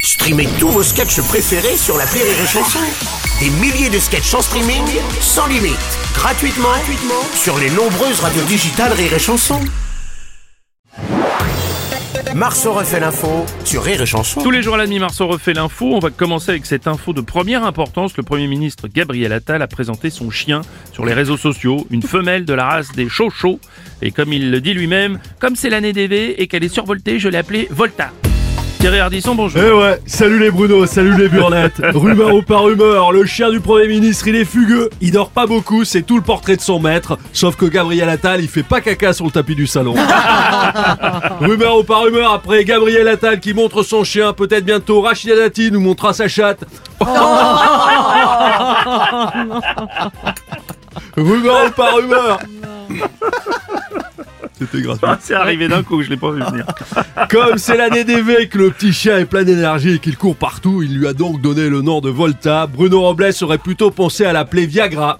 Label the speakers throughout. Speaker 1: Streamez tous vos sketchs préférés sur la Rire et Chanson. Des milliers de sketchs en streaming, sans limite, gratuitement, gratuitement sur les nombreuses radios digitales Rire et Chanson. Marceau refait l'info sur Rire et Chanson.
Speaker 2: Tous les jours à la mi-mars, on refait l'info. On va commencer avec cette info de première importance. Le Premier ministre Gabriel Attal a présenté son chien sur les réseaux sociaux, une femelle de la race des chauchots. Et comme il le dit lui-même, comme c'est l'année des V et qu'elle est survoltée, je l'ai appelée Volta. Thierry Ardisson, bonjour.
Speaker 3: Eh ouais, salut les Bruno, salut les Burnettes. rumeur ou par rumeur, le chien du Premier ministre, il est fugueux, il dort pas beaucoup, c'est tout le portrait de son maître. Sauf que Gabriel Attal, il fait pas caca sur le tapis du salon. rumeur ou par rumeur, après Gabriel Attal qui montre son chien, peut-être bientôt Rachida Dati nous montrera sa chatte. rumeur ou par rumeur. C'était gratuit.
Speaker 2: Ah, c'est arrivé d'un coup, je l'ai pas vu venir.
Speaker 3: Comme c'est l'année des V que le petit chien est plein d'énergie et qu'il court partout, il lui a donc donné le nom de Volta. Bruno Robles aurait plutôt pensé à l'appeler Viagra.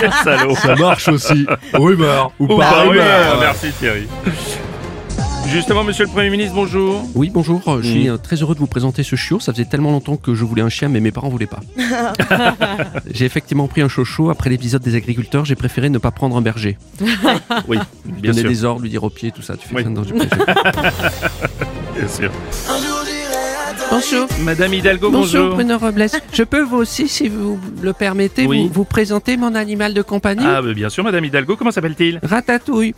Speaker 2: Quel salaud.
Speaker 3: Ça marche aussi. Rumeur ou,
Speaker 2: Ou
Speaker 3: pas
Speaker 2: par
Speaker 3: rumeur.
Speaker 4: Ah,
Speaker 2: rumeur. Ah, Merci Thierry. Justement, monsieur le Premier ministre, bonjour.
Speaker 4: Oui, bonjour. Je suis euh, très heureux de vous présenter ce chiot. Ça faisait tellement longtemps que je voulais un chien, mais mes parents voulaient pas. j'ai effectivement pris un chocho. Après l'épisode des agriculteurs, j'ai préféré ne pas prendre un berger.
Speaker 2: Oui, bien
Speaker 4: Donner
Speaker 2: sûr.
Speaker 4: des ordres, lui dire au pied, tout ça. Tu fais
Speaker 2: Oui.
Speaker 4: ça dans une-
Speaker 2: Bien sûr.
Speaker 4: Bonjour.
Speaker 2: Madame Hidalgo,
Speaker 4: Bonjour
Speaker 2: bonjour.
Speaker 4: Bruno Robles. Je peux vous aussi, si vous le permettez,
Speaker 2: Oui.
Speaker 4: vous, vous présenter mon animal de compagnie
Speaker 2: Ah, bah, bien sûr, Madame Hidalgo, comment s'appelle-t-il
Speaker 4: Ratatouille.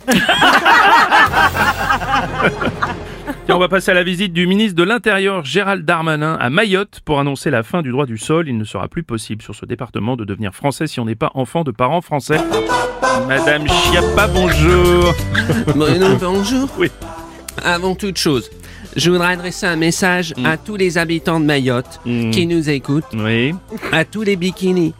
Speaker 2: Tiens, on va passer à la visite du ministre de l'Intérieur Gérald Darmanin à Mayotte pour annoncer la fin du droit du sol. Il ne sera plus possible sur ce département de devenir français si on n'est pas enfant de parents français. Madame Chiappa, bonjour.
Speaker 4: Bruno, bonjour.
Speaker 2: Oui.
Speaker 4: Avant toute chose, je voudrais adresser un message à tous les habitants de Mayotte
Speaker 2: Mm.
Speaker 4: qui nous écoutent.
Speaker 2: Oui.
Speaker 4: à tous les bikinis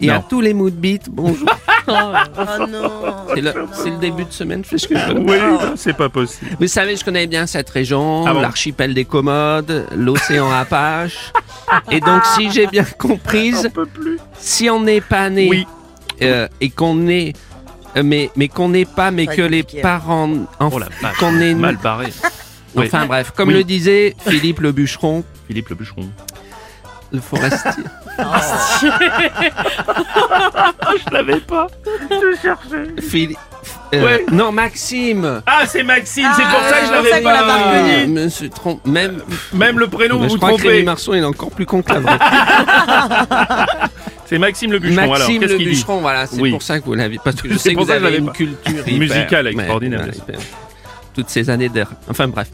Speaker 4: et
Speaker 2: Non. Oh,
Speaker 4: à tous les moods beats, bonjour. C'est le, c'est le début de semaine, je fais ce que je veux.
Speaker 2: Oui, Ah, c'est pas possible.
Speaker 4: Vous savez, je connais bien cette région,
Speaker 2: Ah bon
Speaker 4: l'archipel des Commodes, l'océan Apache. Et donc, si j'ai bien comprise, si on n'est pas né
Speaker 2: Oui.
Speaker 4: euh, et qu'on est, euh, mais, mais qu'on n'est pas, mais que les parents,
Speaker 2: Oh
Speaker 4: enfin,
Speaker 2: la vache.
Speaker 4: qu'on est,
Speaker 2: Mal barré. oui.
Speaker 4: enfin bref, comme
Speaker 2: Oui.
Speaker 4: le disait Philippe le bûcheron,
Speaker 2: Philippe le bûcheron.
Speaker 4: le forestier.
Speaker 2: Je l'avais pas. Je cherchais.
Speaker 4: Philippe- euh,
Speaker 2: Ouais.
Speaker 4: Non, Maxime.
Speaker 2: Ah, c'est Maxime, c'est pour ça que je
Speaker 4: Ah,
Speaker 2: l'avais pas.
Speaker 4: Je me suis trompé. Même,
Speaker 2: Même le prénom,
Speaker 4: Mais
Speaker 2: vous
Speaker 4: Eh ben, je
Speaker 2: vous
Speaker 4: crois que Rémi
Speaker 2: trompez.
Speaker 4: Marceau il est encore plus con que la vraie.
Speaker 2: C'est Maxime le bûcheron. alors,
Speaker 4: Maxime
Speaker 2: qu'est-ce
Speaker 4: le
Speaker 2: qu'il dit
Speaker 4: bûcheron, voilà, c'est
Speaker 2: Oui.
Speaker 4: pour ça que vous l'avez. Parce que je
Speaker 2: C'est
Speaker 4: sais que
Speaker 2: pour
Speaker 4: vous
Speaker 2: ça que je
Speaker 4: avez
Speaker 2: l'avais
Speaker 4: une
Speaker 2: pas.
Speaker 4: culture
Speaker 2: Musicale
Speaker 4: hyper-
Speaker 2: extraordinaire, bien
Speaker 4: hyper- Toutes ces années d'air. Enfin bref.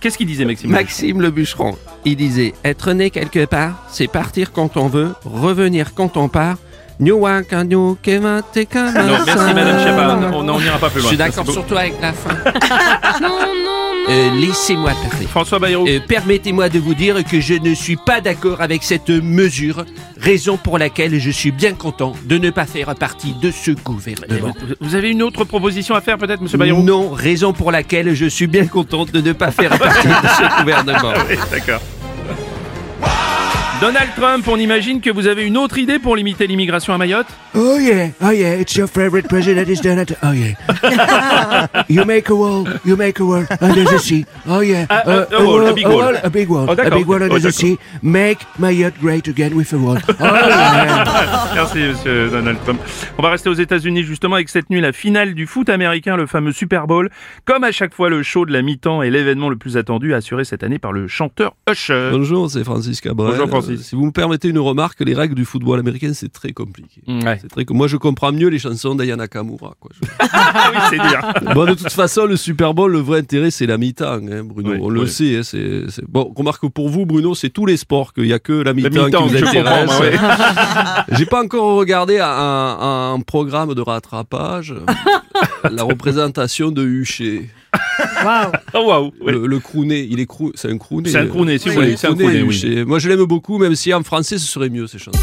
Speaker 2: Qu'est-ce qu'il disait, Maxime le
Speaker 4: Maxime le bûcheron, il disait Être né quelque part, c'est partir quand on veut, revenir quand on part. New York, New Kevin, t'es comme un
Speaker 2: bûcheron Non, merci,
Speaker 4: saint.
Speaker 2: Madame Chiappa. On n'en ira pas plus
Speaker 4: Je
Speaker 2: loin.
Speaker 4: suis
Speaker 2: Ça,
Speaker 4: d'accord
Speaker 2: c'est beau.
Speaker 4: surtout avec la fin. Euh, Laissez-moi parler.
Speaker 2: François Bayrou.
Speaker 4: Euh, Permettez-moi de vous dire que je ne suis pas d'accord avec cette mesure, raison pour laquelle je suis bien content de ne pas faire partie de ce gouvernement.
Speaker 2: Vous- Vous avez une autre proposition à faire peut-être, Monsieur Bayrou
Speaker 4: Non, raison pour laquelle je suis bien content de ne pas faire partie de ce gouvernement.
Speaker 2: Oui, D'accord. Donald Trump, on imagine que vous avez une autre idée pour limiter l'immigration à Mayotte
Speaker 5: Oh yeah, oh yeah, it's your favorite president is Donald. Oh yeah. you make a wall, you make a wall, and there's a sea. Oh yeah,
Speaker 2: A- a- Ah, a wall, a big wall.
Speaker 5: a big wall,
Speaker 2: Oh,
Speaker 5: a
Speaker 2: d'accord.
Speaker 5: big wall, and
Speaker 2: Oh,
Speaker 5: there's a
Speaker 2: d'accord.
Speaker 5: sea. Make Mayotte great again with a wall. Oh yeah.
Speaker 2: Merci, Monsieur Donald Trump. On va rester aux États-Unis justement avec cette nuit la finale du foot américain, le fameux Super Bowl. Comme à chaque fois, le show de la mi-temps est l'événement le plus attendu assuré cette année par le chanteur Usher.
Speaker 6: Bonjour, c'est Francis Cabrel.
Speaker 2: Bonjour, Francis.
Speaker 6: Euh, Si vous me permettez une remarque, les règles du football américain, c'est très compliqué.
Speaker 2: Ouais.
Speaker 6: C'est très... com- Moi, je comprends mieux les chansons d'Ayana Kamura. Quoi. Je-
Speaker 2: Ah oui, c'est dire.
Speaker 6: bon, de toute façon, le Super Bowl, le vrai intérêt, c'est la mi-temps, hein, Bruno.
Speaker 2: Oui,
Speaker 6: On le
Speaker 2: oui.
Speaker 6: sait. hein, c'est, c'est- Bon, remarque pour vous, Bruno, c'est tous les sports qu'il n'y a que la mi-temps,
Speaker 2: mi-temps,
Speaker 6: qui vous
Speaker 2: je
Speaker 6: intéresse.
Speaker 2: comprends, ouais.
Speaker 6: J'ai pas encore regardé un, un programme de rattrapage. la représentation de Huchet.
Speaker 2: Oh, waouh. Oui.
Speaker 4: Euh,
Speaker 6: Le, le crooné, il est crou... c'est un crooné.
Speaker 2: C'est un crooné, si vous voulez, c'est un
Speaker 6: crooné,
Speaker 2: crooné, oui.
Speaker 6: Huchet. Moi, je l'aime beaucoup, même si en français, ce serait mieux, ces chansons.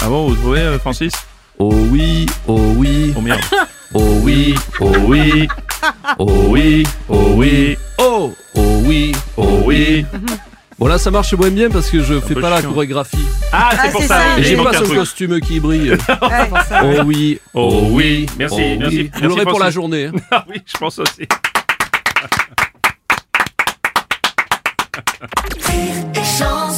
Speaker 2: Ah bon, vous trouvez, euh, Francis
Speaker 6: Oh oui, oh oui,
Speaker 2: Oh merde.
Speaker 6: oh oui, oh oui, oh oui,
Speaker 2: Oh oui.
Speaker 6: oh, oh oui,
Speaker 2: Oh oui.
Speaker 6: Bon là ça marche moins bien parce que je fais
Speaker 2: peu
Speaker 6: pas la
Speaker 2: chiant.
Speaker 6: chorégraphie.
Speaker 2: Ah, c'est pour ça.
Speaker 6: Et
Speaker 2: Il
Speaker 6: j'ai
Speaker 2: manque
Speaker 6: pas
Speaker 2: un
Speaker 6: ce
Speaker 2: truc.
Speaker 6: costume qui brille. oh oui,
Speaker 2: Oh oui. Merci,
Speaker 6: oh oui.
Speaker 2: merci.
Speaker 6: Vous l'aurez
Speaker 2: merci,
Speaker 6: pour la
Speaker 2: Francis.
Speaker 6: journée. hein.
Speaker 2: Ah oui, je pense aussi.
Speaker 7: Rire et chanson.